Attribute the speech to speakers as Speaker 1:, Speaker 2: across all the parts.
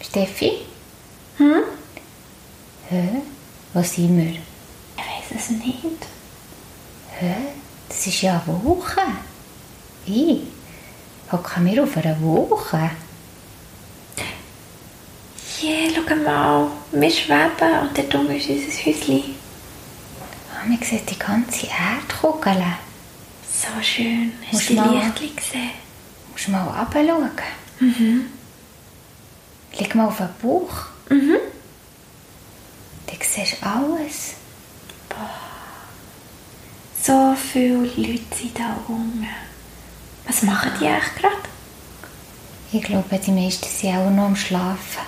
Speaker 1: Steffi? Hm? Hä? Wo sind wir?
Speaker 2: Ich weiß es nicht.
Speaker 1: Hä? Das ist ja eine Woche. Ich? Hocken wir auf einer Woche?
Speaker 2: Hier, schau mal. Wir schweben und dort unten ist unser Häuschen.
Speaker 1: Ah, man sieht die ganze Erdkugel.
Speaker 2: So schön.
Speaker 1: Musst
Speaker 2: Hast du die
Speaker 1: mal-
Speaker 2: Lichtchen gesehen?
Speaker 1: Musst du mal runterschauen? Mhm. Leg mal auf den Bauch. Mhm. Dann siehst du alles.
Speaker 2: So viele Leute sind da unten. Was machen die eigentlich gerade?
Speaker 1: Ich glaube, die meisten sind auch noch am Schlafen.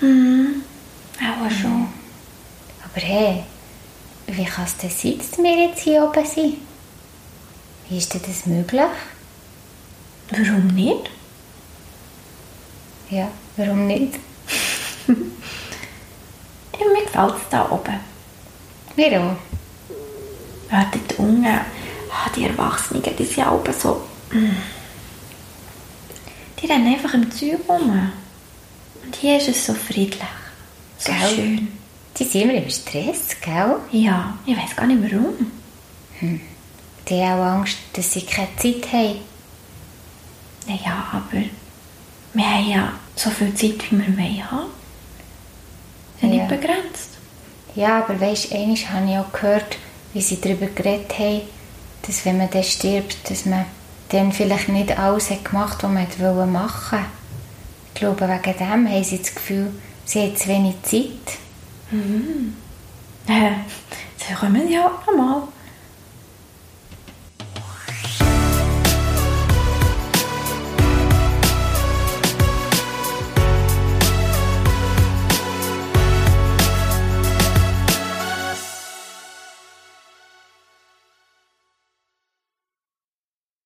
Speaker 2: Auch schon.
Speaker 1: Aber hey, wie kann es denn sein, dass wir jetzt hier oben sind? Wie ist denn das möglich?
Speaker 2: Warum nicht?
Speaker 1: Ja, warum nicht?
Speaker 2: Ja, mir gefällt es da oben.
Speaker 1: Wir auch.
Speaker 2: Ja, dort unten. Ah, die Erwachsenen, die sind ja oben so... mm. Die rennen einfach im Zeug rum. Und hier ist es so friedlich. So
Speaker 1: Gell?
Speaker 2: schön.
Speaker 1: Die sind immer im Stress, gell?
Speaker 2: Ja, ich weiß gar nicht warum.
Speaker 1: Die haben auch Angst, dass sie keine Zeit haben.
Speaker 2: Naja, aber wir haben ja so viel Zeit, wie wir wollen haben. Ist ja
Speaker 1: Ja.
Speaker 2: nicht begrenzt.
Speaker 1: Ja, aber weisst, einmal habe ich auch gehört, wie sie darüber geredet haben, dass wenn man dann stirbt, dass man dann vielleicht nicht alles hat gemacht was man hat wollen machen Ich glaube, wegen dem haben sie das Gefühl, sie haben zu wenig Zeit.
Speaker 2: Äh, sie kommen ja auch noch mal.